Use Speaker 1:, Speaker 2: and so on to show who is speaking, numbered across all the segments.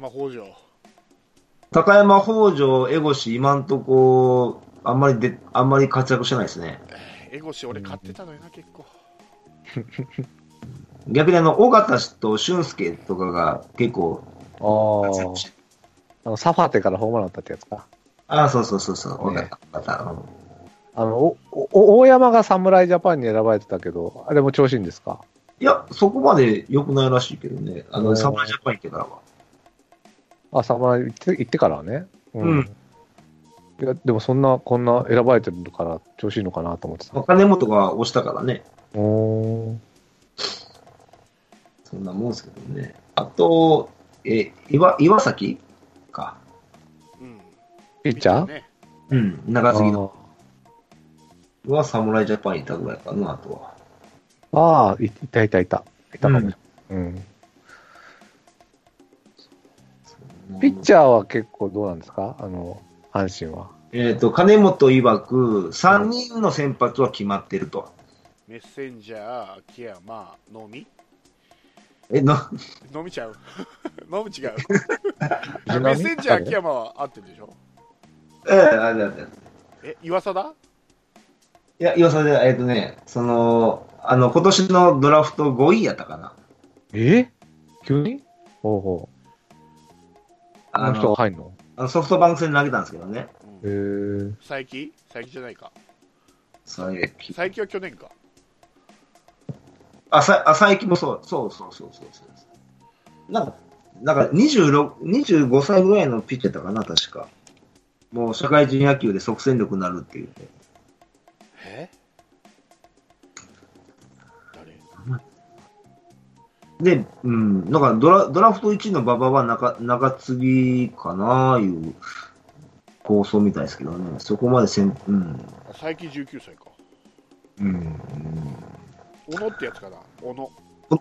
Speaker 1: まあ、北条。
Speaker 2: 高山、北条、江越、今んとこ、あんまりで、あんまり活躍してないですね。
Speaker 1: えー、江越、俺買ってたのよな、結構。
Speaker 2: 逆にあの、尾形と俊介とかが結構活躍
Speaker 3: あ
Speaker 2: して
Speaker 3: あ。あの、サファテからホームラン打ったってやつか。
Speaker 2: ああ、そうそうそうそう、尾
Speaker 3: ね
Speaker 2: 形、尾形うん
Speaker 3: あの、お、お、大山が侍ジャパンに選ばれてたけど、あれも調子いいんですか
Speaker 2: いや、そこまで良くないらしいけどね。あ
Speaker 3: お
Speaker 2: の、
Speaker 3: ー
Speaker 2: 侍ジャパン行ってからは。
Speaker 3: あ、侍行って、行ってからはね。う
Speaker 2: うん
Speaker 3: いや、でもそんな、こんな選ばれてるから調子いいのかなと思ってた。
Speaker 2: 金本が押したからね。
Speaker 3: おー
Speaker 2: そんなもんですけどね。あと、え、岩、岩崎か。
Speaker 1: うん。
Speaker 3: ピッチャー
Speaker 1: ね、
Speaker 2: うん、長杉の。
Speaker 3: の。
Speaker 2: は侍ジャパンいたぐらいかな、あとは。
Speaker 3: ああ、いいたいたいた。いたかもしれない。うん。ピッチャーは結構どうなんですかあの、阪神は。
Speaker 2: えっ、と、金本曰く、3人の先発は決まってると。
Speaker 1: メッセンジャー、秋山、のみ
Speaker 2: え、の、
Speaker 1: のみちゃう。 のみ違 う。メ
Speaker 3: 藤浪
Speaker 1: ッセンジャー、秋山は合ってるでしょ
Speaker 2: えー、あれだあれだ。い
Speaker 1: え、岩貞
Speaker 2: や、要さで、えっ、とね、その、あの、今年のドラフト5位やったかな。
Speaker 3: え急にほうほう。あ
Speaker 2: あ
Speaker 3: の人が
Speaker 2: の、
Speaker 3: 入んの
Speaker 2: あのソフトバンク戦で投げたんですけどね。
Speaker 3: へ
Speaker 1: うん
Speaker 3: ー
Speaker 1: 佐伯佐伯じゃないか。
Speaker 2: それ、
Speaker 1: 佐伯は去年か。
Speaker 2: 朝、朝行きもそう、そうそうそうそうそう。なんか、なんか26 25歳ぐらいのピッチャーだったかな、確か。もう社会人野球で即戦力になるっていう。
Speaker 1: え誰
Speaker 2: で、うん、なんかドラドラフト1位の馬場は中中継ぎかなあいう構想みたいですけどね、そこまでせん、うん、
Speaker 1: あ佐伯19歳か。
Speaker 2: うん。
Speaker 1: 小野ってやつかな。小野。
Speaker 2: こ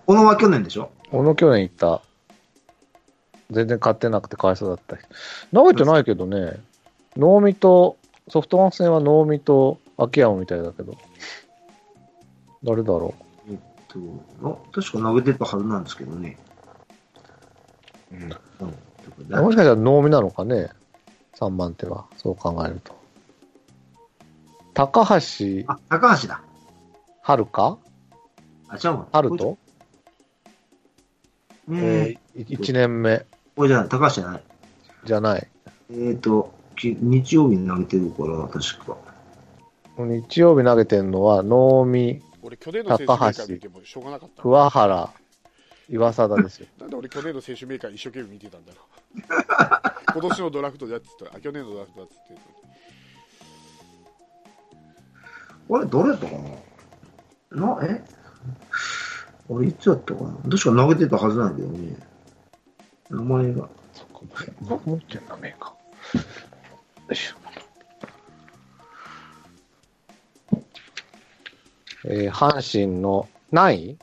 Speaker 2: このは去年でしょ
Speaker 3: 小野去年行った。全然買ってなくてかわいそうだった。投げてないけどね、能見と、ソフトバンク戦は能見と秋山みたいだけど。誰だろ
Speaker 2: とあ確か投げてたはずなんですけどね。
Speaker 3: う。
Speaker 2: うん、
Speaker 3: もしかしたら能見なのかね、3番手は。そう考えると。高橋
Speaker 2: あ、高橋だ。
Speaker 3: 遥か
Speaker 2: あ、ちゃうわ。
Speaker 3: 春と、
Speaker 2: うん、
Speaker 3: え1年目
Speaker 2: これじゃない、高橋じゃない。
Speaker 3: じゃない。
Speaker 2: えっ、と、き日曜日に投げてるから、確か。
Speaker 3: 日曜日投げてるのは能見、
Speaker 1: 俺、去年の選手メーカー見てもしょうがなかった。
Speaker 3: 桑原、岩貞ですよ。
Speaker 1: なんで俺、去年の選手メーカー一生懸命見てたんだろ う。今年のドラフトだっつったら、あ、去年のドラフトだっつって。
Speaker 2: あれ、誰だったかなな、えあれ、いつだったかな確か投げてたはずなんだけどね。名前が。
Speaker 3: そこも持ってんだ、メーカー。よいしょ。えー阪神の何位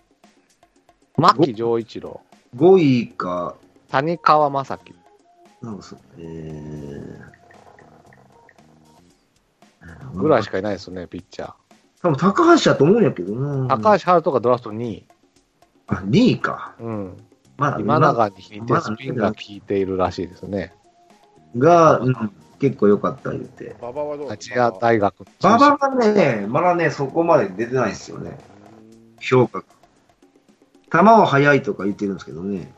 Speaker 3: 牧丈一郎、
Speaker 2: 5位か、
Speaker 3: 谷川正樹。
Speaker 2: なんかそ、えー、
Speaker 3: ぐらいしかいないですよね、ピッチャー。
Speaker 2: 多分高橋だと思うんやけどな。
Speaker 3: 高橋春人がドラフト2位。
Speaker 2: あ、2位か。
Speaker 3: うん。
Speaker 2: まだ、
Speaker 3: 今
Speaker 2: が、
Speaker 3: 永に引いてスピンが効いているらしいですね。
Speaker 2: が、うん、結構良かった言うて。
Speaker 1: 馬場はどう
Speaker 3: 立谷大学の
Speaker 2: 馬場がね、まだね、そこまで出てないですよね。評価が。球は速いとか言ってるんですけどね。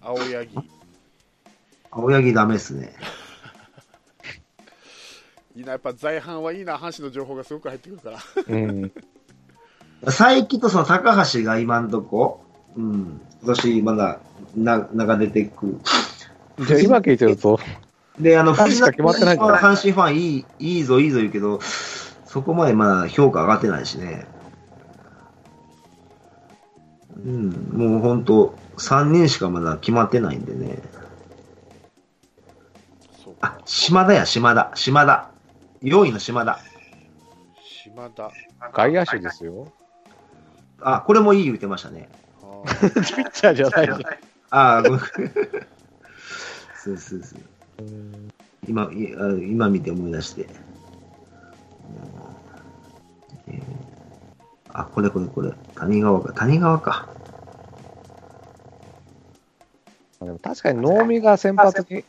Speaker 1: 青柳。
Speaker 2: 青柳ダメですね。
Speaker 1: いいな、やっぱ在阪はいいな、阪神の情報がすごく入ってくるから。
Speaker 3: うん。
Speaker 2: 佐伯とその高橋が今んとこ、うん、今年まだ、な、なんか出てくる。
Speaker 3: じゃあ今聞いてると、
Speaker 2: で、あの、
Speaker 3: 確か決まってないんじゃない
Speaker 2: 藤浪は阪神ファンいい、いいぞ、いいぞ言うけど、そこまでまあ評価上がってないしね。うん、もうほんと、3人しかまだ決まってないんでね。
Speaker 1: そうか。
Speaker 2: あ、島田や、島田、島田。4位の島田。
Speaker 1: 島 田。
Speaker 3: 外野手ですよ。
Speaker 2: あ、これもいい言うてましたね。
Speaker 1: あー
Speaker 3: ピッチャーじゃないじゃん。
Speaker 2: ああ、ごめん。 そうそうそう。今、いあ今見て思い出して。うんえーあ、これこれこれ。谷川か。谷川か。
Speaker 3: でも確かに能見が先発に、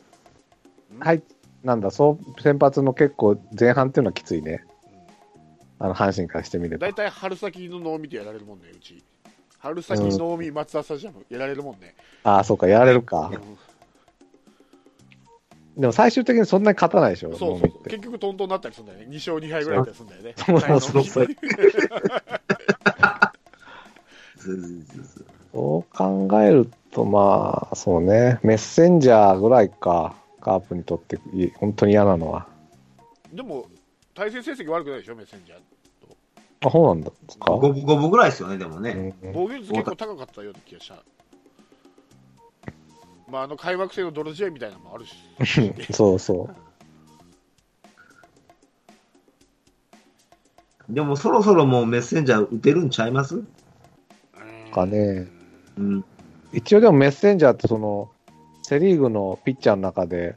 Speaker 3: はい、なんだ、そう、先発の結構前半っていうのはきついね。あの、阪神からしてみれば
Speaker 1: 大。体春先の能見でやられるもんねうち春先能見松田スタジアムやられるもんね、
Speaker 3: ああ、そうか、やられるか。でも最終的にそんなに勝たないでしょ、
Speaker 1: そう
Speaker 3: 能
Speaker 1: そう
Speaker 3: 見っ
Speaker 1: そう
Speaker 3: て。
Speaker 1: 結局トントンになったりするんだよね2勝2敗ぐらいだったりするんだよ ね
Speaker 3: そうそうそうそう
Speaker 1: はい
Speaker 2: そうそうそう
Speaker 3: そう考えると、まあ、そうね、メッセンジャーぐらいか、カープにとっていい本当に嫌なのは。
Speaker 1: でも対戦成績悪くないでしょメッセンジャー
Speaker 3: あ、そうなんだか。
Speaker 2: 五分五分ぐらいですよね、でも
Speaker 3: う
Speaker 2: ね。
Speaker 3: ん
Speaker 1: 防御率結構高かったような気がしたまああの開幕戦の泥試合みたいなのもあるし
Speaker 3: そうそう。
Speaker 2: でもそろそろもうメッセンジャー打てるんちゃいます
Speaker 3: かね
Speaker 2: うん。
Speaker 3: 一応でもメッセンジャーってそのセ・リーグのピッチャーの中で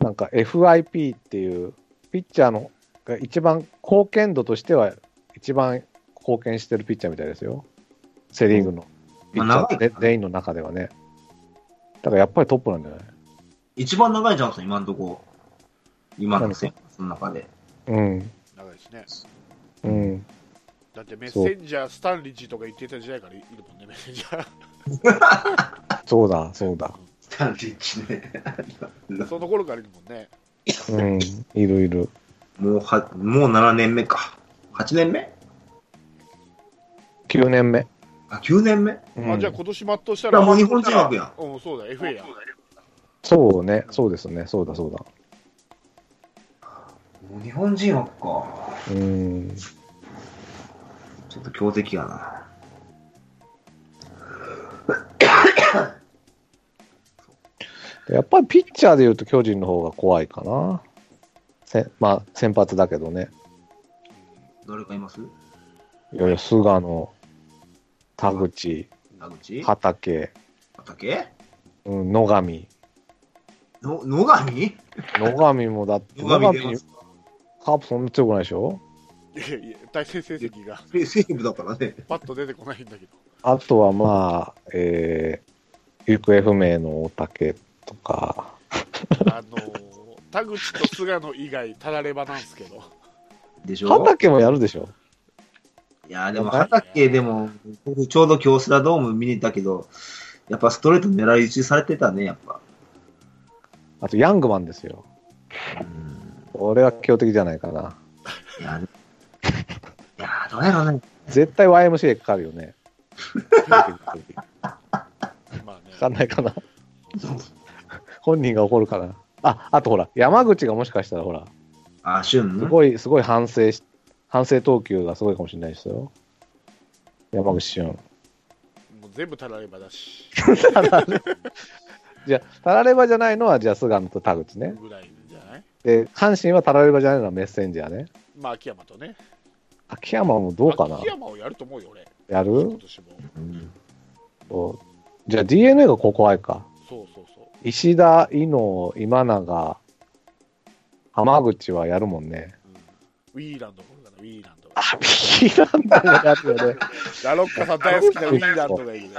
Speaker 3: なんか FIP っていうピッチャーのが一番貢献度としては一番貢献してるピッチャーみたいですよセ・リーグのピッチャー、
Speaker 2: まあ長い
Speaker 3: で全員の中ではねだからやっぱりトップなんじゃない
Speaker 2: 一番長いじゃん、今のとこ。今の戦その中で。
Speaker 3: うん
Speaker 1: 長いですね
Speaker 3: うん
Speaker 1: だってメッセンジャースタンリッジとか言ってた時代からいるもんねメッセンジャー
Speaker 3: そうだそうだ
Speaker 2: スタンリッチね。
Speaker 1: その頃からいるもんね
Speaker 3: うんいるいる
Speaker 2: もうは、もう7年目か。8年目
Speaker 3: 9年目、
Speaker 2: あ、9年目
Speaker 3: うん
Speaker 1: あじゃあ今年全うした
Speaker 2: い
Speaker 1: ら
Speaker 2: やもう日本人枠や
Speaker 1: うんそうだ FA や
Speaker 3: そうねそうですねそうだそうだ
Speaker 2: もう日本人枠か。
Speaker 3: うん
Speaker 2: ちょっと強敵やな。
Speaker 3: やっぱりピッチャーでいうと巨人の方が怖いかな。せまあ、先発だけどね。
Speaker 2: 誰かいます
Speaker 3: いよいよ菅野、田口、
Speaker 2: 田口
Speaker 3: 畑、
Speaker 2: 畑
Speaker 3: うん、野上。
Speaker 2: の野上
Speaker 3: 野上もだって、
Speaker 2: 野上出ますか
Speaker 3: カープそんな強くないでしょ
Speaker 1: いやいや対戦成績が
Speaker 2: セセーブだからね。
Speaker 1: パッと出てこないんだけど
Speaker 3: あとはまあ、えー、行方不明の大竹とか、
Speaker 1: あのー田口と菅野以外たらればなんですけど
Speaker 2: でしょ
Speaker 3: 畑もやるでしょ
Speaker 2: いやーでも畑でも、僕ちょうど京セラドーム見に行ったけど、やっぱストレート狙い撃ちされてたね、やっぱ。
Speaker 3: あとヤングマンですよ。俺は強敵じゃないかな。
Speaker 2: いやー、いやーどうやろうね。
Speaker 3: 絶対 YMCA かかるよ ね。か
Speaker 1: まあね
Speaker 3: かんないかな。本人が怒るかな。あ、あとほら、山口がもしかしたらほら、
Speaker 2: あー、旬
Speaker 3: す
Speaker 2: の
Speaker 3: ごい、すごい反省し、反省投球がすごいかもしれないですよ。山口 俊。
Speaker 1: もう全部たらればだ し、
Speaker 3: じゃあ、タラレバじゃないのは、じゃあ、菅野と田口ね。
Speaker 1: ぐらいじゃない
Speaker 3: で、阪神はタラレバじゃないのはメッセンジャーね。
Speaker 1: まあ、秋山とね。
Speaker 3: 秋山もどうかな
Speaker 1: 秋山をやると思うよ、俺。
Speaker 3: や
Speaker 1: 今
Speaker 3: る
Speaker 1: 年も。
Speaker 2: うん
Speaker 3: そうじゃあ、DNA がここ愛か。
Speaker 1: そうそうそう。
Speaker 3: 石田、伊野、今永、浜口はやるもんね。
Speaker 1: うんウィーランドがおるかな、ウィーランドが。
Speaker 3: あ、ビーランダーがやるよね。
Speaker 1: ラロッカさん大好きなウィーランドがいるね。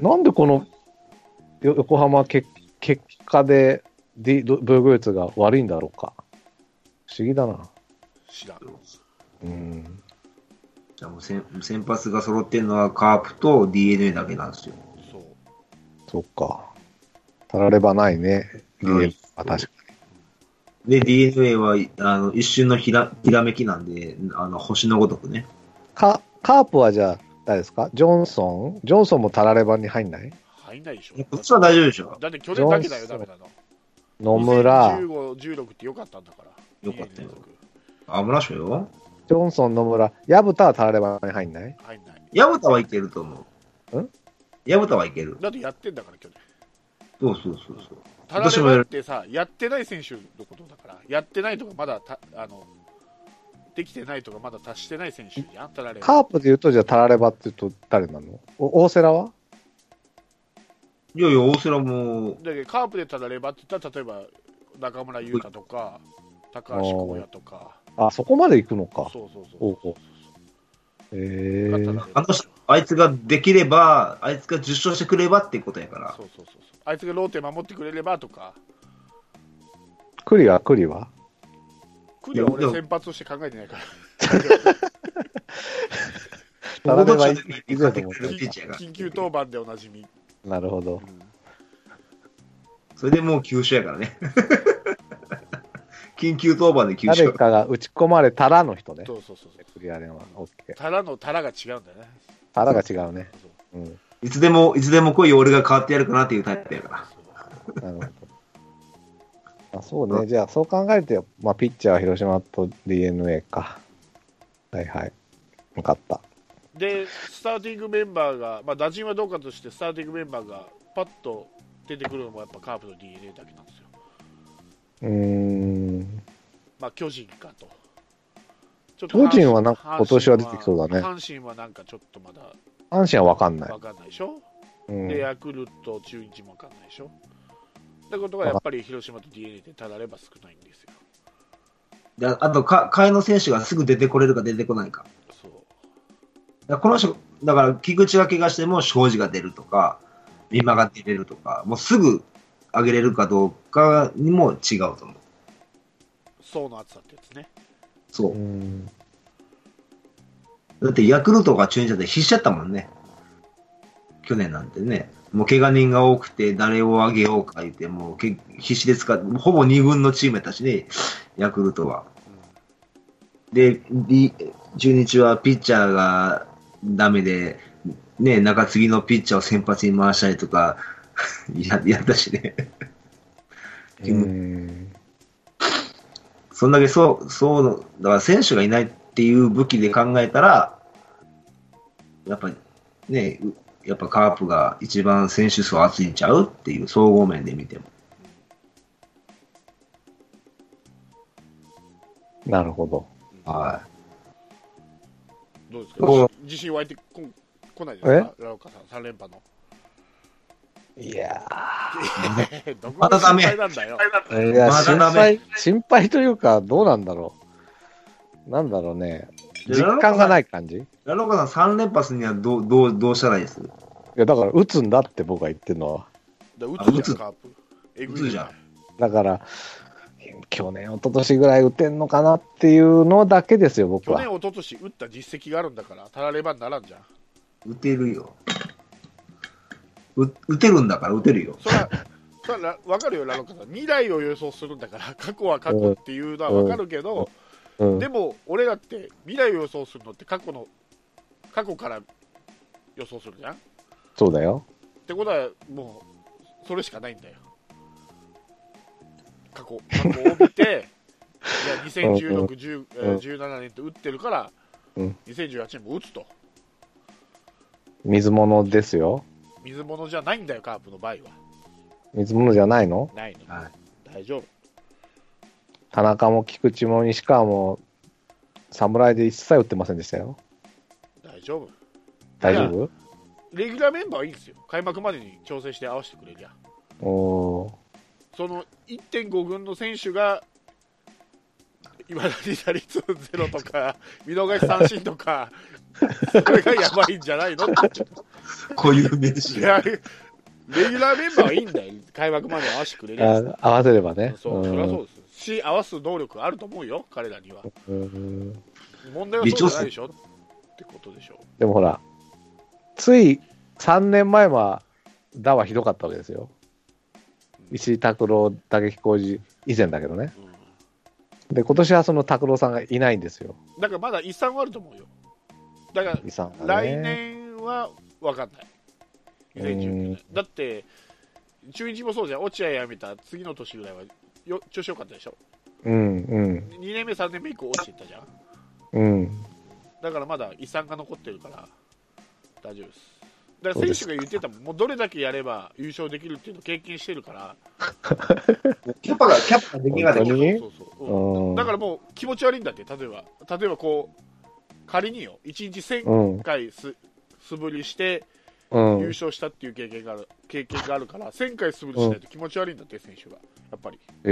Speaker 3: なんでこのよ横浜け結果で D ど防御率が悪いんだろうか。不思議だな。
Speaker 1: 知らん。
Speaker 3: うん。
Speaker 2: じゃあもう先先発が揃ってるのはカープと DNA だけなんですよ。
Speaker 1: そう。
Speaker 3: そっか。たらればないね。
Speaker 2: うん
Speaker 3: DM は確か
Speaker 2: で、DNA はあの一瞬のひらひらめきなんで、あの星のごとくね。
Speaker 3: かカープはじゃあ、誰ですかジョンソンジョンソンもたらればに入んない
Speaker 1: 入んないでしょ。
Speaker 2: こっちは大丈夫でしょ。
Speaker 1: だって去年だけだよ、ダメなの。
Speaker 3: 野村、
Speaker 1: 15、16って良かったんだから。
Speaker 2: 良かった
Speaker 1: 二年連
Speaker 2: よ
Speaker 1: 続
Speaker 2: あ、村所よ。
Speaker 3: ジョンソン、野村、薮田はたらればに入んない
Speaker 1: 入んない。
Speaker 2: 矢蓋はいけると思う。
Speaker 3: ん
Speaker 2: 矢蓋はいける。
Speaker 1: だってやってんだから、去年。
Speaker 2: そうそうそうそう。
Speaker 1: たらればってさ、やってない選手のことだから、やってないとかまだた、あの、できてないとかまだ達してない選手じゃん、たられば。
Speaker 3: カープで言うと、じゃあたらればって言うと誰なのお大瀬良はい
Speaker 2: やいや、大瀬良も、
Speaker 1: だけどカープでただレバーって言ったら例えば中村優香とか高橋光也とか
Speaker 3: あ、そこまで行くのか。
Speaker 1: そうそうそう
Speaker 3: おうおうえ
Speaker 1: 勝った
Speaker 3: ー
Speaker 1: ら、
Speaker 2: あの人、あいつができれば、あいつが受賞してくればっていうことやから。
Speaker 1: そうそうそうそうあいつがローテ守ってくれればとか
Speaker 3: クリア、クリは
Speaker 1: クリは俺
Speaker 2: いやでも
Speaker 1: 先発として考えてないから
Speaker 3: 並べばいい
Speaker 2: 戻っちゃう時に
Speaker 3: いくらでも持って
Speaker 2: ピッ
Speaker 1: 緊
Speaker 2: チャーが
Speaker 1: 緊急登板でおなじみ、
Speaker 3: る。なるほ
Speaker 1: う。
Speaker 3: ど
Speaker 1: ん
Speaker 2: それでもう急所やからね。 緊急当番で急
Speaker 3: 誰
Speaker 2: 所。
Speaker 3: かが打ち込まれたらの人ね。
Speaker 1: そうそうそうそう
Speaker 3: クリアレンは。オッケー。
Speaker 1: タラのタラが違うんだよね
Speaker 3: 腹が違うね。うん。
Speaker 2: いつでも、いつでも来いよ、俺が変わってやるかなっていうタイプやから。
Speaker 3: なるほど。あそうね。じゃあ、そう考えると、まあ、ピッチャーは広島と DNA か。はいはい。分かった。
Speaker 1: でスターティングメンバーが、まあ、打順はどうかとしてスターティングメンバーがパッと出てくるのもやっぱカープの d n a だけなんですよ、
Speaker 3: うーん。
Speaker 1: まあ、巨人かとちょっ
Speaker 3: 巨人はなんか今年は出てきそうだね
Speaker 1: 阪神はなんかちょっとまだ
Speaker 3: 阪神は分かんない。
Speaker 1: 分かんないでしょ、
Speaker 3: うん
Speaker 1: でヤクルト、中日も分かんないでしょ。ってことはやっぱり広島と d n a でたられば少ないんですよ。
Speaker 2: でああとか、替えの選手がすぐ出てこれるか出てこないか。
Speaker 1: そう
Speaker 2: だからこの人、だから、菊池が怪我しても、庄司が出るとか、美馬が出れるとか、もうすぐ上げれるかどうかにも違うと思う。
Speaker 1: 層の厚さってやつね。
Speaker 2: そうう。
Speaker 3: ん。
Speaker 2: だって、ヤクルトが中日だって必死だったもんね。去年なんてね。もう怪我人が多くて、誰を上げようか言って、もうけ必死で使って、ほぼ2軍のチームやったしね、ヤクルトは。で、D- 中日はピッチャーがダメで、ね、中継ぎのピッチャーを先発に回したりとか、 ややったしね。
Speaker 3: うん。
Speaker 2: そんだけそう、そう、だから選手がいないっていう武器で考えたら、やっぱね、うやっぱカープが一番選手層厚いんちゃうっていう総合面で見ても。
Speaker 3: なるほど。
Speaker 2: は
Speaker 1: どうです
Speaker 2: う
Speaker 1: か自信湧いてこん来ないですかラオカさん、三連覇の。
Speaker 3: いや
Speaker 1: どこ
Speaker 2: ま
Speaker 1: が
Speaker 2: た
Speaker 1: 心
Speaker 2: ダメ
Speaker 1: 配なんだよ。
Speaker 3: ーいや
Speaker 2: まだ
Speaker 3: 心
Speaker 2: ダメ
Speaker 3: 配、心配というか、どうなんだろう。なんだろうね。
Speaker 2: い。。
Speaker 3: 実感がないい感じい
Speaker 2: ラロカさん3連発にはどう、どう、どうしたらいいです
Speaker 3: や、だから、打つんだって僕は言ってるのは。
Speaker 1: だから打
Speaker 2: 打
Speaker 1: つじゃん、
Speaker 2: つ
Speaker 1: カープ。え
Speaker 2: 打つじゃん。
Speaker 3: だから、去年、一昨年ぐらい打てんのかなっていうのだけですよ、僕
Speaker 1: 去年、
Speaker 3: は。
Speaker 1: 一昨年打った実績があるんだから、たらればにならんじゃん。
Speaker 2: 打てるよ。う打てるんだから打てるよ。
Speaker 1: そら、 そら分かるよ、ラオカさん。未来を予想するんだから、過去は過去っていうのは分かるけど、
Speaker 3: うん
Speaker 1: でも俺だって未来を予想するのって過去の過去から予想するじゃんっ
Speaker 3: そうだよ。
Speaker 1: てことはもうそれしかないんだよ過去過去を見 ていや
Speaker 3: うんうん
Speaker 1: 2016、え
Speaker 3: うん
Speaker 1: ー17年って打ってるから、
Speaker 3: うん
Speaker 1: 2018年も打つと
Speaker 3: 水物ですよ。
Speaker 1: 水物じゃないんだよカープの場合は
Speaker 3: 水物じゃないの
Speaker 1: ないの
Speaker 2: はい。
Speaker 1: 大丈夫
Speaker 3: 田中も菊池も西川も、侍で一切打ってませんでしたよ。
Speaker 1: 大丈夫
Speaker 3: 大丈
Speaker 1: レギュラーメンバーはいいんですよ開幕までに調整して合わせてくれりゃ
Speaker 3: 夫お
Speaker 1: その1.5軍の選手が、いまだに打率ゼロと か、見逃し三振とか、これがやばいんじゃないのって
Speaker 2: こういう名刺
Speaker 1: いやレギュラーメンバーはいいんだよ、開幕まで合わせてくれるや
Speaker 3: ーあ合わせればね。
Speaker 1: つ。そう、そりゃそうです。し、合わす能力あると思うよ、彼らには。
Speaker 3: うんうん
Speaker 1: 問題はそうじゃないでしょってことでしょ。
Speaker 3: でもほら、つい3年前は、だはひどかったわけですよ。石井拓郎、打撃工事以前だけどね。
Speaker 1: うん
Speaker 3: で、今年はその拓郎さんがいないんですよ。
Speaker 1: だからまだ遺産はあると思うよ。だから、
Speaker 3: 遺産がね
Speaker 1: 来年は分かんない、2019年。だって、中日もそうじゃん、落合辞めた次の年ぐらいはよ調子良かったでしょ、
Speaker 3: うんうん
Speaker 1: 2年目、3年目以降落ちていったじゃん、
Speaker 3: うん。
Speaker 1: だからまだ遺産が残ってるから、大丈夫です。だから選手が言ってたもん、もうどれだけやれば優勝できるっていうのを経験してるから、
Speaker 2: キャパが、キャパができなか
Speaker 3: 本
Speaker 2: っ
Speaker 3: 当
Speaker 2: た。
Speaker 3: に
Speaker 1: そうそう
Speaker 3: う
Speaker 1: うん
Speaker 3: ん
Speaker 1: だからもう気持ち悪いんだって、例えば、例えばこう、仮によ、1日1000
Speaker 3: うん
Speaker 1: 回す素振りして、
Speaker 3: う
Speaker 1: 優
Speaker 3: ん。
Speaker 1: 勝したっていう経験がある経験があるから、1000回素振りしないと気持ち悪いんだって、選手が、やっぱり。
Speaker 3: え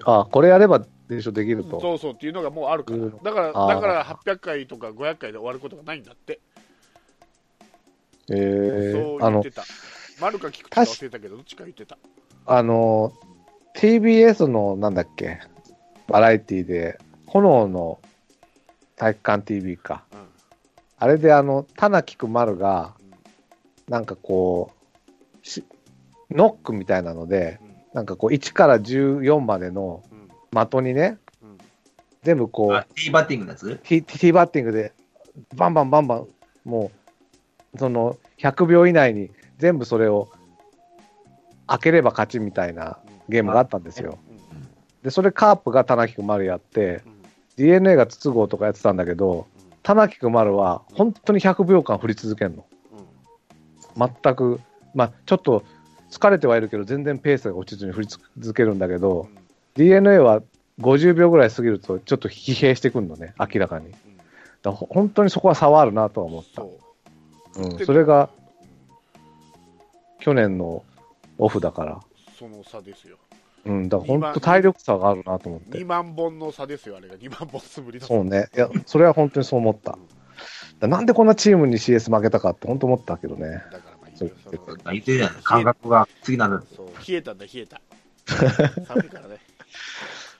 Speaker 3: ー、あ、これやれば練習できると。
Speaker 1: そうそうっていうのがもうあるから、
Speaker 3: う
Speaker 1: だ
Speaker 3: ん
Speaker 1: から
Speaker 3: あー
Speaker 1: だから800回とか500回で終わることがないんだって、
Speaker 3: え
Speaker 1: そう、
Speaker 3: ーあ
Speaker 1: 言っ
Speaker 3: の
Speaker 1: て、た。丸か聞くか忘れたけど、どっちか言ってた。
Speaker 3: あの、TBS のなんだっけ、バラエティで、炎の体育館 TV か。
Speaker 1: うん
Speaker 3: あれであの、田名菊丸が
Speaker 1: うん、
Speaker 3: なんかこう、しノックみたいなので、
Speaker 1: うん
Speaker 3: なんかこう、1から14までの
Speaker 1: うん
Speaker 3: 的にね、
Speaker 1: うん
Speaker 3: 全部こ
Speaker 2: あ
Speaker 3: う、
Speaker 2: ティーバッティングのやつ
Speaker 3: ティティーバッティングで、バンバンバンバン、もう、その、100秒以内に全部それを開ければ勝ちみたいなゲームがあったんですよ。
Speaker 1: うん
Speaker 3: で、それカープが田中君丸やって、
Speaker 1: うん
Speaker 3: DNA が筒香とかやってたんだけど、田中君丸は本当に100秒間振り続けるの。
Speaker 1: うんうん
Speaker 3: 全く、まあ、ちょっと疲れてはいるけど、全然ペースが落ちずに振り続けるんだけど、DNA は50秒ぐらい過ぎると、ちょっと疲弊してくるのね、明らかに。だか
Speaker 1: うん
Speaker 3: らほ本当にそこは差はあるなとは思った。
Speaker 1: そうう。
Speaker 3: ん、それが去年のオフだから、
Speaker 1: その差ですよ。
Speaker 3: うん、だから本当、体力差があるなと思って
Speaker 1: 2。万本の差ですよ、あれが。2万本素振りの差
Speaker 3: そうね。いや、それは本当にそう思った。だからなんでこんなチームに CS 負けたかって本当思ったけどね。
Speaker 1: だからまあいいよその
Speaker 2: 言ってるやん。感覚が次なんだって。
Speaker 1: そう冷えたんだ、冷えた。寒いからね。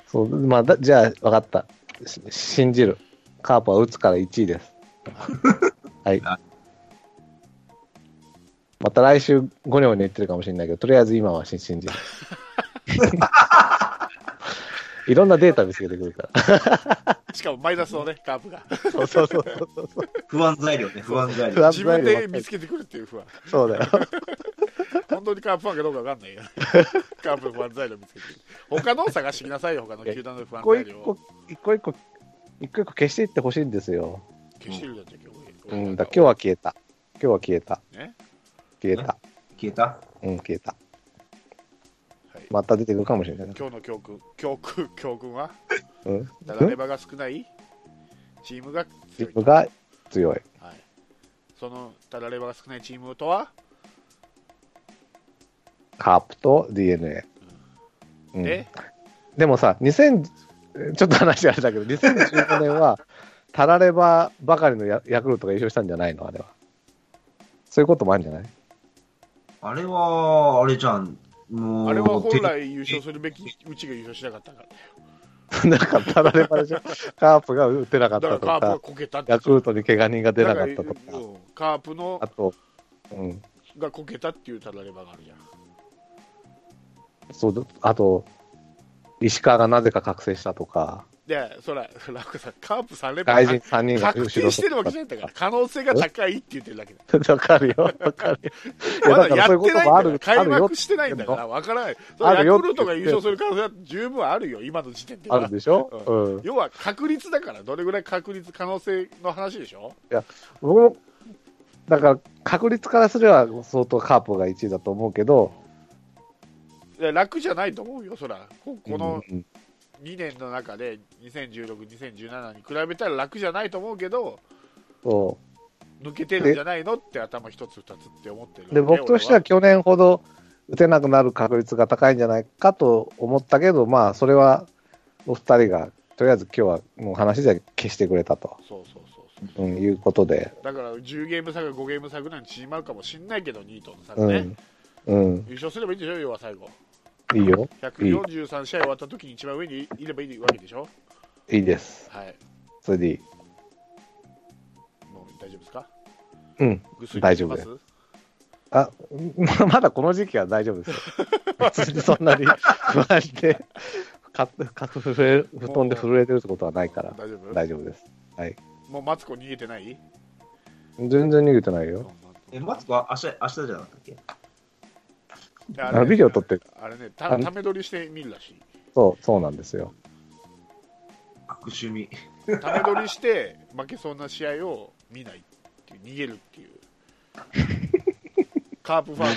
Speaker 3: そう、まあ、だじゃあ分かった。し信じる。カープは打つから1 位です。はい。また来週、ゴニョゴニョ言ってるかもしれないけど、とりあえず今は信信 じる。いろんなデータ見つけてくるから。
Speaker 1: しかもマイナスのね、カープが。
Speaker 3: そうそうそうそうそう。
Speaker 2: 不安材料ね、不安材
Speaker 3: 不
Speaker 2: 料。
Speaker 3: 安
Speaker 1: 自分で見つけてくるっていう 不安。
Speaker 3: そうだよ。
Speaker 1: 本当にカープファンかどうかわかん ないよ。カープの不安材料見つけてくる。他のを探してきなさいよ、他の球団の不
Speaker 3: 一
Speaker 1: 安
Speaker 3: 個
Speaker 1: 材
Speaker 3: 一
Speaker 1: 料
Speaker 3: 個
Speaker 1: を。、
Speaker 3: 一個一個、一個一個消していってほしいんですよ。
Speaker 1: 消してるじゃん、今日。
Speaker 3: うん、だから今日は消えた。今日は消えた。
Speaker 1: ね
Speaker 3: 消えた。
Speaker 2: 消えた
Speaker 3: うん、消えた。
Speaker 1: はい
Speaker 3: また出てくるかもしれない。
Speaker 1: 今日の教訓、教訓、教訓は、
Speaker 3: うん。
Speaker 1: だらればが少ないチームが強い
Speaker 3: チーム。が強い。
Speaker 1: はい、そのたらればが少ないチームとは、
Speaker 3: カープと DNA。うん
Speaker 1: で、
Speaker 3: でもさ、2000、ちょっと話あれだけど、2015年 は、たらればばかりのヤヤクルトが優勝したんじゃないのあれは。そういうこともあるんじゃない
Speaker 2: あれは、あれじゃん。もう、
Speaker 1: あれは本来優勝するべきうちが優勝しなかったから。
Speaker 3: なんか、たらればでしょ。カープが打てなかっ
Speaker 1: だ
Speaker 3: たと
Speaker 1: からカープが
Speaker 3: か、
Speaker 1: こけたって
Speaker 3: ヤクルトに怪我人が出なかったとか
Speaker 1: だ、らうんカープの
Speaker 3: あと、うん、
Speaker 1: がこけたっていうたらればがあるじゃん。
Speaker 3: そうだ、あと、石川がなぜか覚醒したとか、
Speaker 1: で、そら、ラフさん、カープ3連
Speaker 3: 外人
Speaker 1: 覇
Speaker 3: 3人が
Speaker 1: 確定してるわけじゃないんだから、可能性が高いって言ってるだけだ。
Speaker 3: わかるよ、わか るよ。いや
Speaker 1: まだ
Speaker 3: だから
Speaker 1: やっ
Speaker 3: そういう
Speaker 1: て
Speaker 3: こと
Speaker 1: ないん
Speaker 3: も
Speaker 1: だ
Speaker 3: あ
Speaker 1: か
Speaker 3: る
Speaker 1: ら、
Speaker 3: あ
Speaker 1: 開
Speaker 3: るよ
Speaker 1: 幕してないんだから、わからない。それ
Speaker 3: あるよ
Speaker 1: ヤクルトが優勝する可能性は十分あるよ、今の時点で
Speaker 3: あ
Speaker 1: は。
Speaker 3: るでしょ、
Speaker 1: うん
Speaker 3: うん、
Speaker 1: 要は確率だから、どれぐらい確率、可能性の話でしょ
Speaker 3: 僕も、だから確率からすれば相当カープが1位だと思うけど、
Speaker 1: いや楽じゃないと思うよ、そら。ここの
Speaker 3: うん
Speaker 1: 2年の中で、2016、2017に比べたら楽じゃないと思うけど、
Speaker 3: そ
Speaker 1: 抜けてるんじゃないのって頭一つ二つって思ってる、
Speaker 3: うで僕としては、去年ほど打てなくなる確率が高いんじゃないかと思ったけど、まあ、それはお二人が、とりあえず今日はもう話じゃ消してくれたと、
Speaker 1: そうそうそうそう。
Speaker 3: うん、いうことで、
Speaker 1: だから10ゲーム差が5ゲーム差ぐらいに縮まるかもしんないけど、2位との差
Speaker 3: う
Speaker 1: が
Speaker 3: ん、
Speaker 1: ね、
Speaker 3: うん、
Speaker 1: 優勝すればいいんでしょ、要は最後。
Speaker 3: いいよ、
Speaker 1: 143試合終わった時に一番上にいればいいわけでしょ。
Speaker 3: いいです、
Speaker 1: はい。
Speaker 3: それでいい。
Speaker 1: もう大丈夫ですか
Speaker 3: うん、
Speaker 1: ぐっすり
Speaker 3: 大丈夫
Speaker 1: 寝てます
Speaker 3: あ、ままだこの時期は大丈夫ですよ。別にそんなに不安で、かか震え布団で震えてるってことはないから、
Speaker 1: 大丈夫
Speaker 3: 大丈夫です。はい。
Speaker 1: もうマツコ逃げてない
Speaker 3: 全然逃げてない
Speaker 1: そん
Speaker 3: よ。
Speaker 1: な
Speaker 2: え、マツコは明日、明日じゃなかったっけ
Speaker 1: いや
Speaker 3: あ
Speaker 1: あれ
Speaker 3: のビデオ撮ってる。
Speaker 1: あれね、た
Speaker 3: あの
Speaker 1: ため撮りして見るらしい。
Speaker 3: そう、そうなんですよ。
Speaker 2: 悪趣味。
Speaker 1: ため撮りして負けそうな試合を見ないっていう、逃げるって いう。カープファン、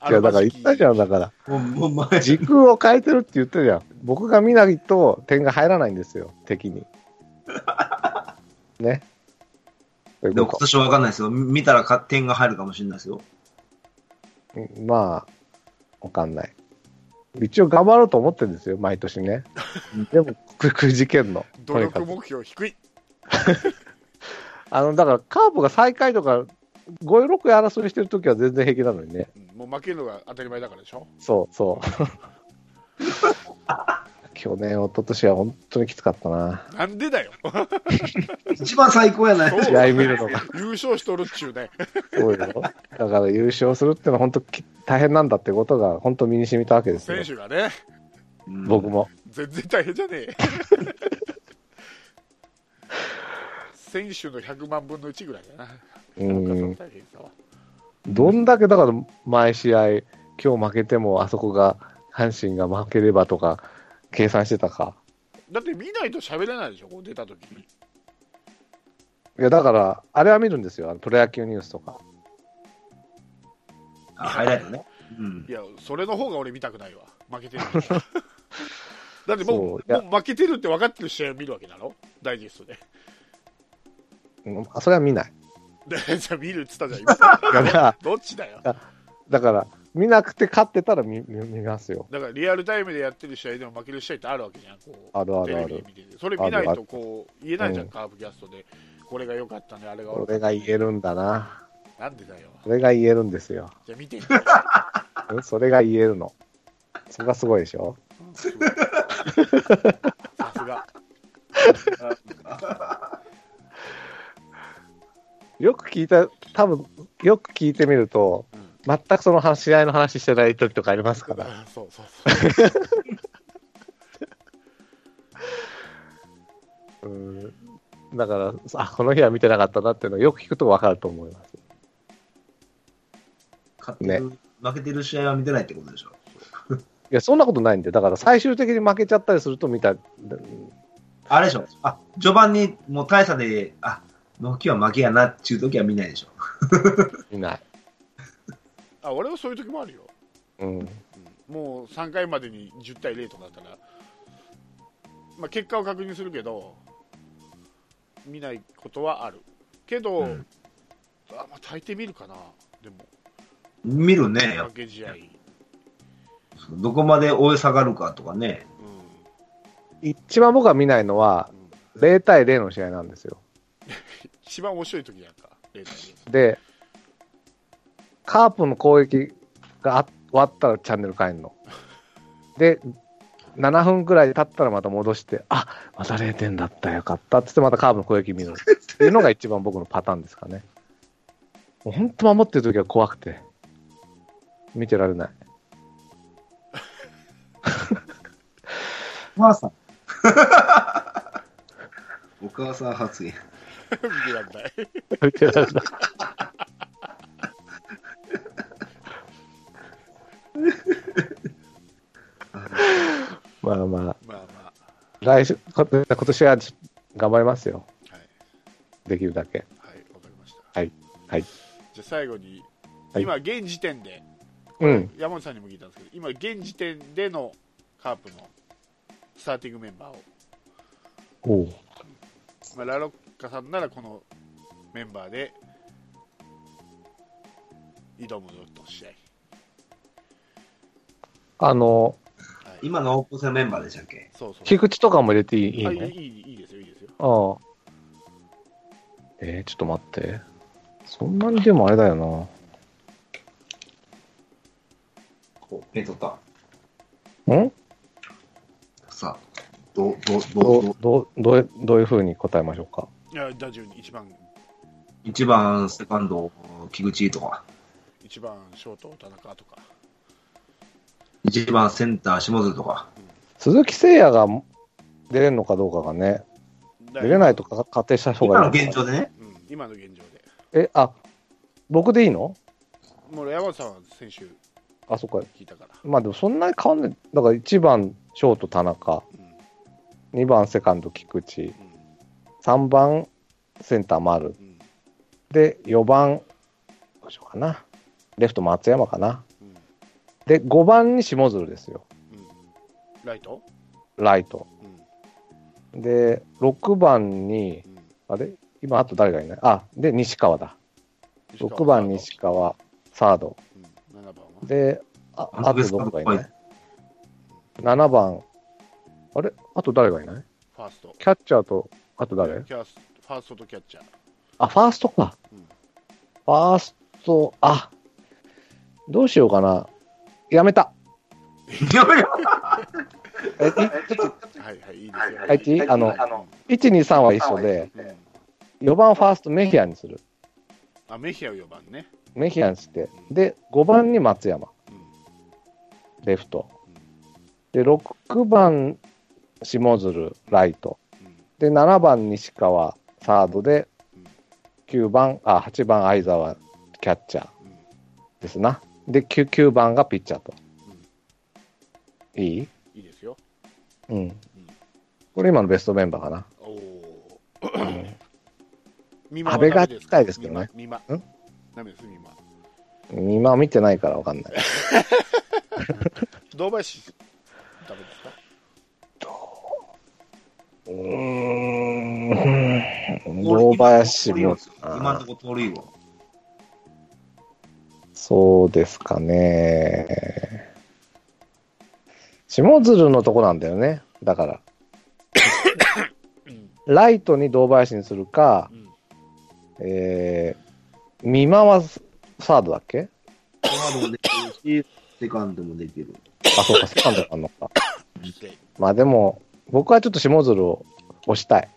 Speaker 1: あ
Speaker 3: いや、だから言ったじゃん、だから。
Speaker 2: もう、もう前、
Speaker 3: 時空を変えてるって言ってるじゃん。僕が見ないと点が入らないんですよ、敵に。ね。そうい
Speaker 2: で
Speaker 3: う
Speaker 2: も
Speaker 3: こ
Speaker 2: 今
Speaker 3: と
Speaker 2: 年はわかんないですよ。見たらか点が入るかもしれないですよ。
Speaker 3: うんまあ、わかんない。一応頑張ろうと思ってるんですよ、毎年 ね
Speaker 2: うん。
Speaker 3: でも、く、くじけんの。
Speaker 1: 努
Speaker 3: とにか
Speaker 1: 力
Speaker 3: く。
Speaker 1: 目標低い。
Speaker 3: あの、だから、カープが最下位とか、5位、6位争いしてるときは全然平気なのにね。
Speaker 1: うんもう負けるのが当たり前だからでしょ。
Speaker 3: そ う、そう。去年、一昨年は本当にきつかったな。
Speaker 1: なんでだよ。
Speaker 2: 一番最高やな
Speaker 1: そう
Speaker 2: い。
Speaker 3: 試合見るのが。
Speaker 1: 優勝しとるっちゅうね。
Speaker 3: そうよ。だから優勝するってのは本当き大変なんだってことが本当身に染みたわけですよ
Speaker 1: 選。手がね、
Speaker 3: 僕も。
Speaker 1: 全然大変じゃねえ。選手の100万分の1ぐらいだな。
Speaker 3: う
Speaker 1: なんかその
Speaker 3: ん。
Speaker 1: 大変さは
Speaker 3: どんだけだから毎試合、今日負けてもあそこが、阪神が負ければとか計算してたか。
Speaker 1: だって見ないと喋れないでしょ、こう出た時に。
Speaker 3: いや、だから、あれは見るんですよ。あのプロ野球ニュースとか。
Speaker 2: あハイライト ね。うん
Speaker 1: い。や、それの方が俺見たくないわ。負 けてるのに。だっても
Speaker 3: そういうや
Speaker 1: もう負けてるって分かってる試合を見るわけだろダイジェストで。
Speaker 3: うんあそれは見ない。
Speaker 1: で、じゃあ見るって言ったじゃん、今。
Speaker 3: だから、
Speaker 1: どっちだよ。
Speaker 3: だから見なくて勝ってたら見見見ますよ。
Speaker 1: だからリアルタイムでやってる試合でも負ける試合ってあるわけじゃん。こう
Speaker 3: あるあるあ
Speaker 1: テレ
Speaker 3: る
Speaker 1: ビ。見てて。それ見ない
Speaker 3: ある
Speaker 1: とこう言えないじゃん、
Speaker 3: うん
Speaker 1: カーブキャストで。これが良かったね、あれが悪か
Speaker 3: こ
Speaker 1: った
Speaker 3: れが言えるんだな。
Speaker 1: なんでだ よ。
Speaker 3: これが言えるんですよ。
Speaker 1: じゃあ 見てみて。
Speaker 3: うんそれが言えるの。そこがすごいでしょ。
Speaker 1: さすが。
Speaker 3: よく聞いた、多分よく聞いてみると、全くその話試合の話してない時とかありますから、
Speaker 1: あ そうそうそう。
Speaker 3: うんだから、あこの日は見てなかったなっていうのをよく聞くと分かると思います。
Speaker 2: 勝ってる負けてる試合は見てないってことでしょ。
Speaker 3: いや、そんなことないんで、だから最終的に負けちゃったりすると見た、うん
Speaker 2: あれでしょ。あ、序盤にもう大差で、あ、のきは負けやなっていう時は見ないでしょ。
Speaker 3: 見ない。
Speaker 1: あ、俺はそういう時もあるよ。
Speaker 3: うん、
Speaker 1: もう3回までに10対0とかだったら、まあ、結果を確認するけど見ないことはあるけど、
Speaker 2: うん
Speaker 1: あまあ大抵見るかなでも
Speaker 2: 見るね、やっ
Speaker 1: 負け試合、うん、
Speaker 2: ぱどこまで追い下がるかとかね。
Speaker 3: 一番僕が見ないのは、0対0の試合なんですよ。
Speaker 1: 一番面白い時じゃんか0対0
Speaker 3: で、カープの攻撃があ終わったらチャンネル変えんの。で、7分くらい経ったらまた戻して、あまた0点だった、よかったってって、またカープの攻撃見るっていうのが一番僕のパターンですかね。もう本当守ってる時は怖くて、見てられない。
Speaker 2: お母 さん。お母さん発言。
Speaker 1: 見てらん ない
Speaker 3: 見てられない。 まあまあ、
Speaker 1: まあま
Speaker 3: 来週、こ今年はちょ頑張りますよ。
Speaker 1: あはい
Speaker 3: できるだけ。
Speaker 1: はいわかりました
Speaker 3: はいはい
Speaker 1: じゃあ最後に
Speaker 3: はい
Speaker 1: 今現時点で、
Speaker 3: うん。
Speaker 1: 山本さんにも聞いたんですけど今現時点でのカープのスターティングメンバーを
Speaker 3: おう
Speaker 1: まあ、ラロッカさんならこのメンバーで挑むと試合、
Speaker 3: あの、
Speaker 1: はい、
Speaker 2: 今のオープン戦メンバーでしたっけ
Speaker 1: そうそう
Speaker 3: 菊池とかも入れていいいい
Speaker 1: あ
Speaker 3: の
Speaker 1: いいいいいいですよいいですよ
Speaker 3: ああ。えー、ちょっと待って。そんなにでもあれだよな。
Speaker 2: こうペン取った。
Speaker 3: ん
Speaker 2: さあ、どう、どう、どう、ど
Speaker 3: ど
Speaker 2: う
Speaker 3: う、どう、どう、どういうふうに答えましょうか。
Speaker 1: いや打順に一番
Speaker 2: 一番セカンド、菊池とか、
Speaker 1: 一番ショート田中とか
Speaker 2: 一番センター、下津とか、
Speaker 3: 鈴木誠也が出れるのかどうかがね、
Speaker 1: 出
Speaker 3: 出れないとか仮定した方
Speaker 2: 今の
Speaker 3: がいい
Speaker 2: 現
Speaker 3: のか
Speaker 2: 状でね、
Speaker 1: うん、今の現状で
Speaker 3: え、あ、僕でいいの
Speaker 1: もう山本さんは先週
Speaker 3: あ、そっか。
Speaker 1: 聞いたから、
Speaker 3: まあでもそんなに変わんない。だから1番、ショート、田中。
Speaker 1: うんうん
Speaker 3: 2番、セカンド、菊池。3番、センター、
Speaker 1: う
Speaker 3: 丸。
Speaker 1: ん
Speaker 3: で、4番、どうしようかな。レフト、松山かな。
Speaker 1: うん
Speaker 3: で、5番に下鶴ですよ。
Speaker 1: うん、ライト、
Speaker 3: ライト。
Speaker 1: うん
Speaker 3: で、6番に、
Speaker 1: うん
Speaker 3: あれ今、あと誰がいないあ、で、西川だ。
Speaker 1: 西川
Speaker 3: 6番、西川、サード。
Speaker 1: うん、7番な。
Speaker 3: で、あ
Speaker 2: ア
Speaker 3: あ
Speaker 2: ンドレ
Speaker 3: と
Speaker 2: ス
Speaker 3: どこがいない
Speaker 2: カ
Speaker 3: ?7 番。あれあと誰がいない
Speaker 1: ファースト。
Speaker 3: キャッチャーと、あと誰
Speaker 1: キャスファーストとキャッチャー。
Speaker 3: あ、ファーストか。
Speaker 1: うん
Speaker 3: ファースト、あ、どうしようかな。やめた。
Speaker 2: やめろ
Speaker 3: え、いちょっ
Speaker 1: はいはい、いいですよ。
Speaker 3: 入っていいあのと、1、2、3は一緒で、
Speaker 1: うん
Speaker 3: 4番ファーストメヒアにする。
Speaker 1: あ、メヒア4番ね。
Speaker 3: メヒアにして、で、5番に松山、
Speaker 1: うんうん
Speaker 3: レフト。で、6番、下鶴、ライト。
Speaker 1: うん
Speaker 3: で、7番、西川、サードで
Speaker 1: うん、
Speaker 3: 9番、あ、8番、相沢、キャッチャー
Speaker 1: うんうん
Speaker 3: ですな。で、9, 9番がピッチャーと。いい
Speaker 1: いいですよ。
Speaker 3: うん。これ今のベストメンバーかな。
Speaker 1: おお。
Speaker 3: うん
Speaker 1: 見
Speaker 3: 安倍が近いですけどね。
Speaker 1: 見ま。
Speaker 3: ん
Speaker 1: ダメです、見ま。
Speaker 3: 今見てないからわかんない。
Speaker 1: 堂林、ダメですか
Speaker 3: うーん。
Speaker 2: 俺
Speaker 3: 堂林も。
Speaker 2: 今のとこ盗塁王。
Speaker 3: そうですかね。下鶴のとこなんだよね。だから。
Speaker 1: うん。
Speaker 3: ライトに堂林にするか
Speaker 1: う、ん。
Speaker 3: えー、見回す、サードだっけ
Speaker 2: フォワードもできるし、セカンドもできる。
Speaker 3: あ、そうか、セカンドがあんのか。
Speaker 1: して。
Speaker 3: まあでも、僕はちょっと下鶴を押したい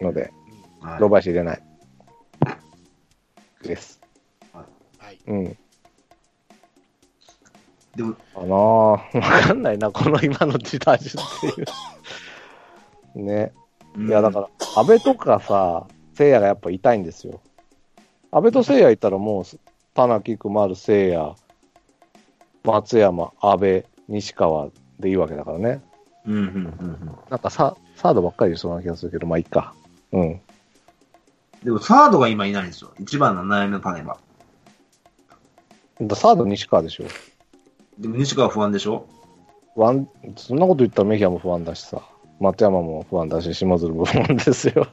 Speaker 3: ので、
Speaker 2: はい
Speaker 3: 堂林入れない。です。
Speaker 1: はい。
Speaker 3: うん。
Speaker 2: でも、
Speaker 3: かなぁ。 わかんないな、この今の時代っていう。 ね。いや、だから、安倍とかさ、聖夜がやっぱ痛いんですよ。安倍と聖夜いたらもう、田中くまる聖夜、松山、安倍、西川でいいわけだからね。
Speaker 2: ら、うんうんうんうん。
Speaker 3: なんかササードばっかりでそうな気がするけど、まあいいか。うん。
Speaker 2: でも、サードが今いないんですよ。一番の悩みの種は。
Speaker 3: だサード西川でしょ。
Speaker 2: でも、西川不安でしょ
Speaker 3: ワン、そんなこと言ったらメヒアも不安だしさ、松山も不安だし、下鶴も不安です よ。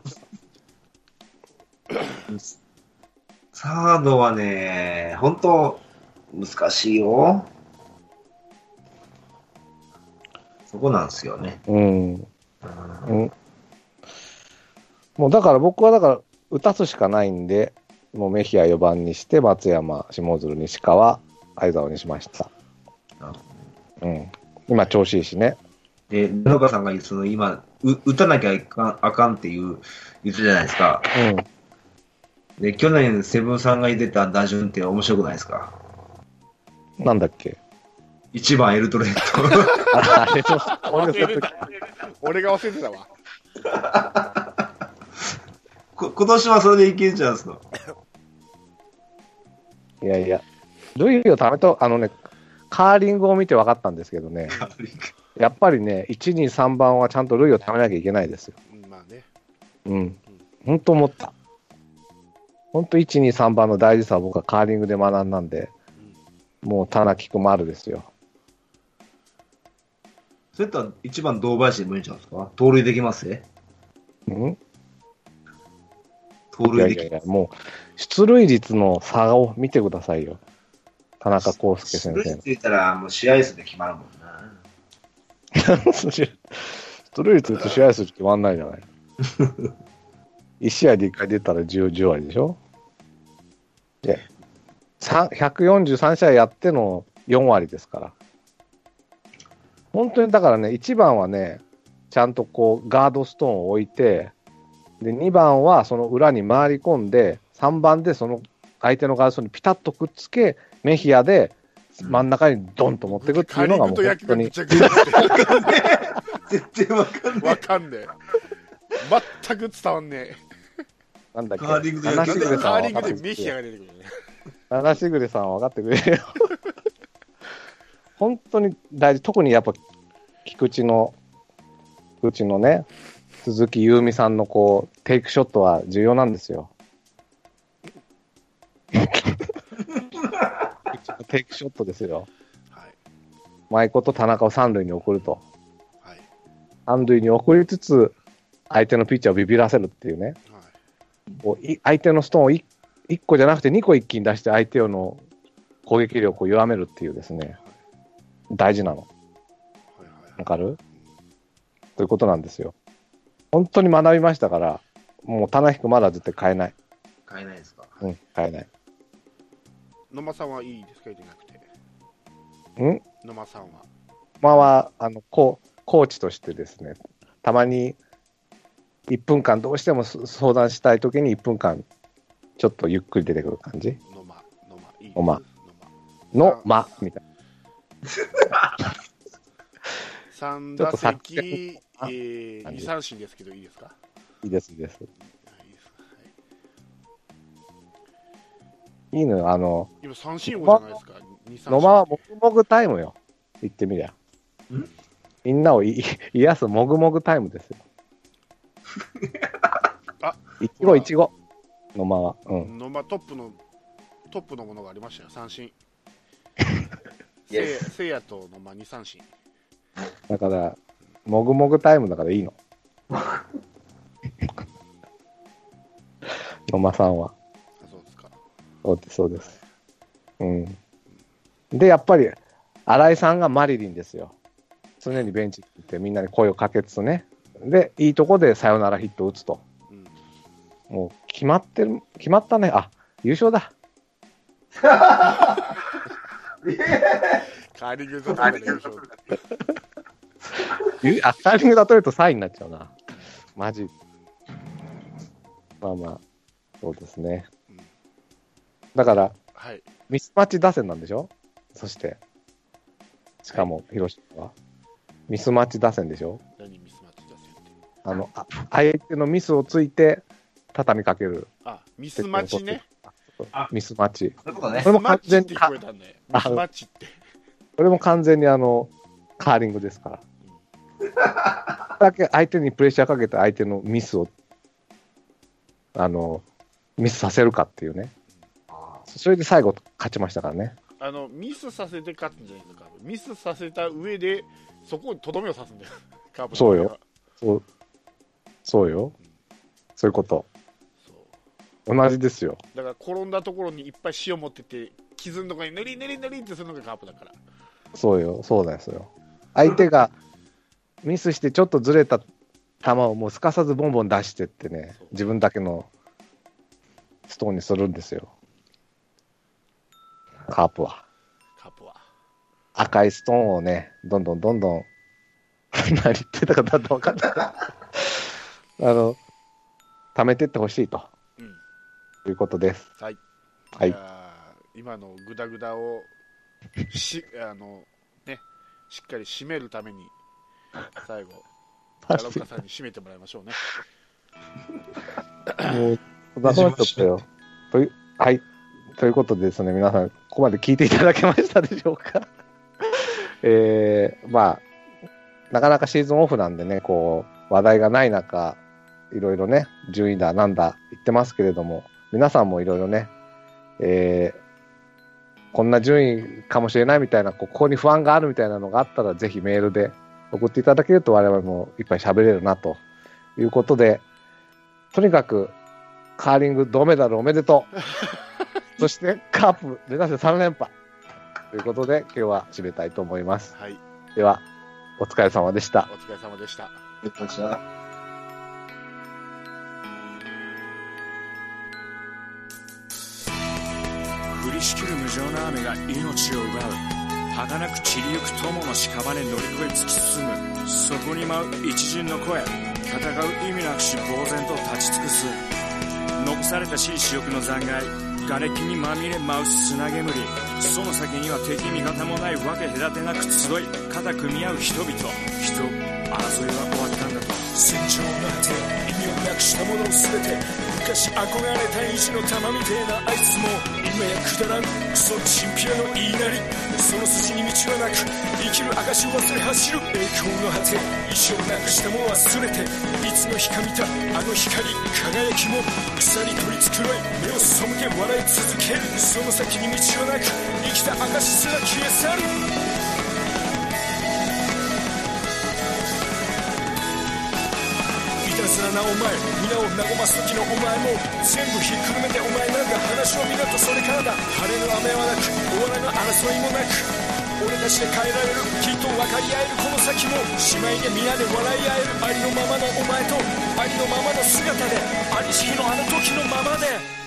Speaker 2: サードはね、本当難しいよ。そこなんですよね。
Speaker 3: うん。
Speaker 2: うん
Speaker 3: うん。もうだから僕はだから、打たすしかないんで、もうメヒア4番にして、松山、下鶴、西川、相沢にしました
Speaker 2: あ。
Speaker 3: うん。今調子いいしね。
Speaker 2: で、野川さんがその今う、打たなきゃいかんあかんっていう言ってたじゃないですか。で、去年、セブンさんが言ってた打順って面白くないですか。
Speaker 3: うん。なんだっけ。
Speaker 2: 1番エルトレット。
Speaker 3: ああれも、俺が
Speaker 1: 俺が忘れてたわ。
Speaker 2: こ今年はそれでいけんじゃうんすか。
Speaker 3: いやいや。ルイを貯めと、あのね、カーリングを見て分かったんですけどね、やっぱりね、1、2、3番はちゃんとルイを貯めなきゃいけないですよ。
Speaker 1: うんまあね。
Speaker 3: うん。本当思った。本当1、2、3番の大事さは僕はカーリングで学んだんで、もう田中君もあるですよ。
Speaker 2: それとは1番堂林でもいいんちゃうんですか盗塁できますね。
Speaker 3: うん
Speaker 2: 盗
Speaker 3: いや
Speaker 2: 塁
Speaker 3: い
Speaker 2: で
Speaker 3: やい
Speaker 2: きま
Speaker 3: や、もう出塁率の差を見てくださいよ。田中康介
Speaker 2: す。
Speaker 3: 先
Speaker 2: 盗塁
Speaker 3: 生
Speaker 2: ついたらもう試合数で決まるもんな。
Speaker 3: の。出塁率と試合数って割んないじゃない。1試合で1回出たら 10, 10割でしょで、さん143試合やっての4割ですから。本当にだからね、1番はね、ちゃんとこうガードストーンを置いて、で、2番はその裏に回り込んで、3番でその相手のガードストーンにピタッとくっつけ、メヒアで真ん中にドンと持っていくって
Speaker 1: カー
Speaker 3: いうの
Speaker 1: リ
Speaker 3: が
Speaker 1: ン
Speaker 3: も
Speaker 1: グと
Speaker 3: う本
Speaker 1: 野球
Speaker 3: 当
Speaker 1: が
Speaker 3: に
Speaker 1: ぐちゃぐちゃしてる
Speaker 2: 絶対わかんない。
Speaker 1: わかんねえ。全く伝わんね
Speaker 3: なんだっけ、
Speaker 2: カーリングと野
Speaker 1: え。な
Speaker 2: 球
Speaker 3: 七
Speaker 1: んで
Speaker 2: シ
Speaker 3: しぐ
Speaker 2: グ
Speaker 3: れ
Speaker 2: レ
Speaker 3: さん
Speaker 1: カー
Speaker 3: は
Speaker 1: リ
Speaker 3: 分
Speaker 1: ン
Speaker 3: かっ
Speaker 1: グで
Speaker 3: てくれ
Speaker 1: メヒアが出てくるね。
Speaker 3: 七しぐれさんは分かってくれよ。本当に大事、特にやっぱ菊池の、菊池のね、鈴木優美さんのこう、テイクショットは重要なんですよ。菊池のテイクショットですよ。
Speaker 1: はい。
Speaker 3: 舞子と田中を三塁に送ると。
Speaker 1: はい。
Speaker 3: 三塁に送りつつ、相手のピッチャーをビビらせるっていうね。
Speaker 1: はい。
Speaker 3: こうい相手のストーンを 1, 個じゃなくて2個一気に出して相手の攻撃力を弱めるっていうですね、大事なの。
Speaker 1: はいはいは
Speaker 3: わ
Speaker 1: い
Speaker 3: かるということなんですよ。本当に学びましたから、もう棚引くまだ絶対買えない。
Speaker 2: 買えないですか
Speaker 3: うん、買えない。
Speaker 1: 野間さんはいいですかじゃなくて
Speaker 3: ん
Speaker 1: 野間さんは
Speaker 3: まあは、あの、こうコーチとしてですね、たまに1分間どうしてもそ相談したいときに1分間ちょっとゆっくり出てくる感じ
Speaker 1: 野間野間いいです
Speaker 3: 野間
Speaker 1: 野
Speaker 3: の間みたいな。
Speaker 1: 三
Speaker 3: ちょっ
Speaker 1: 打
Speaker 3: と作
Speaker 1: 席、えー、
Speaker 3: 感
Speaker 1: 2
Speaker 3: じ
Speaker 1: 三振ですけどいいですか
Speaker 3: いいです、いいです。
Speaker 1: いいですか、はい
Speaker 3: いいのよ、あの、
Speaker 1: 今三振王じゃないですか二三振
Speaker 3: 野間はもぐもぐタイムよ。言ってみりゃ
Speaker 2: ん。
Speaker 3: みんなをい 癒すもぐもぐタイムですよ
Speaker 1: あ。
Speaker 3: いちごいちご。野間は。うん。
Speaker 1: 野間トップのトップのものがありましたよ三 振
Speaker 2: イエ
Speaker 1: せいせいやと野間二三振
Speaker 3: だから、もぐもぐタイムだからい いの。野間さんは。
Speaker 1: あそうですか
Speaker 3: そうです、そうです。うん。で、やっぱり、新井さんがマリリンですよ。常にベンチに行ってみんなに声をかけつつね。で、いいとこでサヨナラヒットを打つと。
Speaker 1: うん
Speaker 3: もう決まってる、決まったね。あ、優勝だ。
Speaker 1: カーリングザトルネ優勝
Speaker 3: ゆあ、カーリング例えると3位になっちゃうな。マジ。まあまあ、そうですね
Speaker 1: うん。
Speaker 3: だから、
Speaker 1: はい
Speaker 3: ミスマッチ打線なんでしょそして。しかも、広島は。ミスマッチ打線でしょ
Speaker 1: 何ミスマッチ打線って
Speaker 3: あの、あ相手のミスをついて、畳みかける。
Speaker 1: あミスマッチね
Speaker 2: あ
Speaker 3: ミスマッチ。
Speaker 2: そういうこと
Speaker 1: ミ
Speaker 2: ね
Speaker 1: ス。マッチって聞こえたね
Speaker 3: あ
Speaker 1: ミスマッチって
Speaker 3: これも完全にあの、カーリングですから。だけ相手にプレッシャーかけて相手のミスを、あの、ミスさせるかっていうね。それで最後勝ちましたからね。
Speaker 1: あのミスさせて勝つんじゃないですかミスさせた上でそこにとどめを刺すん だよカープの
Speaker 3: そうよそう、そうよ
Speaker 1: うん。
Speaker 3: そういうこと。
Speaker 1: そう
Speaker 3: 同じですよ。
Speaker 1: だから転んだところにいっぱい塩持ってて傷のとこにぬりぬりぬりってするのがカープだから
Speaker 3: そうよ。そうですよ。相手がミスしてちょっとずれた球をもうすかさずボンボン出してってね
Speaker 1: そう、
Speaker 3: 自分だけのストーンにするんですよ。カープは。
Speaker 1: カープは
Speaker 3: 赤いストーンをね、どんどんどんどん、何言ってたかだって分かんない。 あの、貯めてってほしいと
Speaker 1: うん
Speaker 3: いうことです。
Speaker 1: はい
Speaker 3: はい
Speaker 1: じゃ。あ今のグダグダをしあの、ね、しっかり締めるために最 後、
Speaker 3: パ
Speaker 1: 奈
Speaker 3: ス
Speaker 1: 良岡さんに締めてもらいましょうね。
Speaker 3: もう、なくなっちゃったよ。という、はい。ということでですね、皆さん、ここまで聞いていただけましたでしょうか えー、まあ、なかなかシーズンオフなんでね、こう、話題がない中、いろいろね、順位だ、なんだ、言ってますけれども、皆さんもいろいろね、えー、こんな順位かもしれないみたいな、こうここに不安があるみたいなのがあったら、ぜひメールで送っていただけると、我々もいっぱい喋れるな、ということで、とにかく、カーリング銅メダルおめでとう。そして、カープ目指せ3連覇。ということで、今日は締めたいと思います。
Speaker 1: はい、
Speaker 3: では、お疲れ様でした
Speaker 1: お。疲れ様でした。
Speaker 2: 私は
Speaker 4: 降りしきる無情な雨が命を奪う儚く散りゆく友の屍乗り越え突き進むそこに舞う一陣の声戦う意味なくし呆然と立ち尽くす残された死に死翼の残骸瓦礫にまみれ舞う砂煙その先には敵味方もないわけ隔てなく集い肩組み合う人々人争いは終わったんだと戦場なんて意味をなくしたもの全て昔憧れた意地の玉みてえなあいつも今やくだらんクソチンピラの言いなりその筋に道はなく生きる証を忘れ走る栄光の果て意地をなくしたもの忘れていつの日か見たあの光輝きも草に取り繕い目を背け笑い続けるその先に道はなく生きた証すら消え去るいたずらなお前皆を和ます時のお前も全部ひっくるめてお前なんか話を見ろとそれからだ晴れの雨はなく終わらぬ争いもなく俺たちで変えられるきっと分かり合えるこの先も姉妹で皆で笑い合えるありのままのお前とありのままの姿でありし日のあの時のままで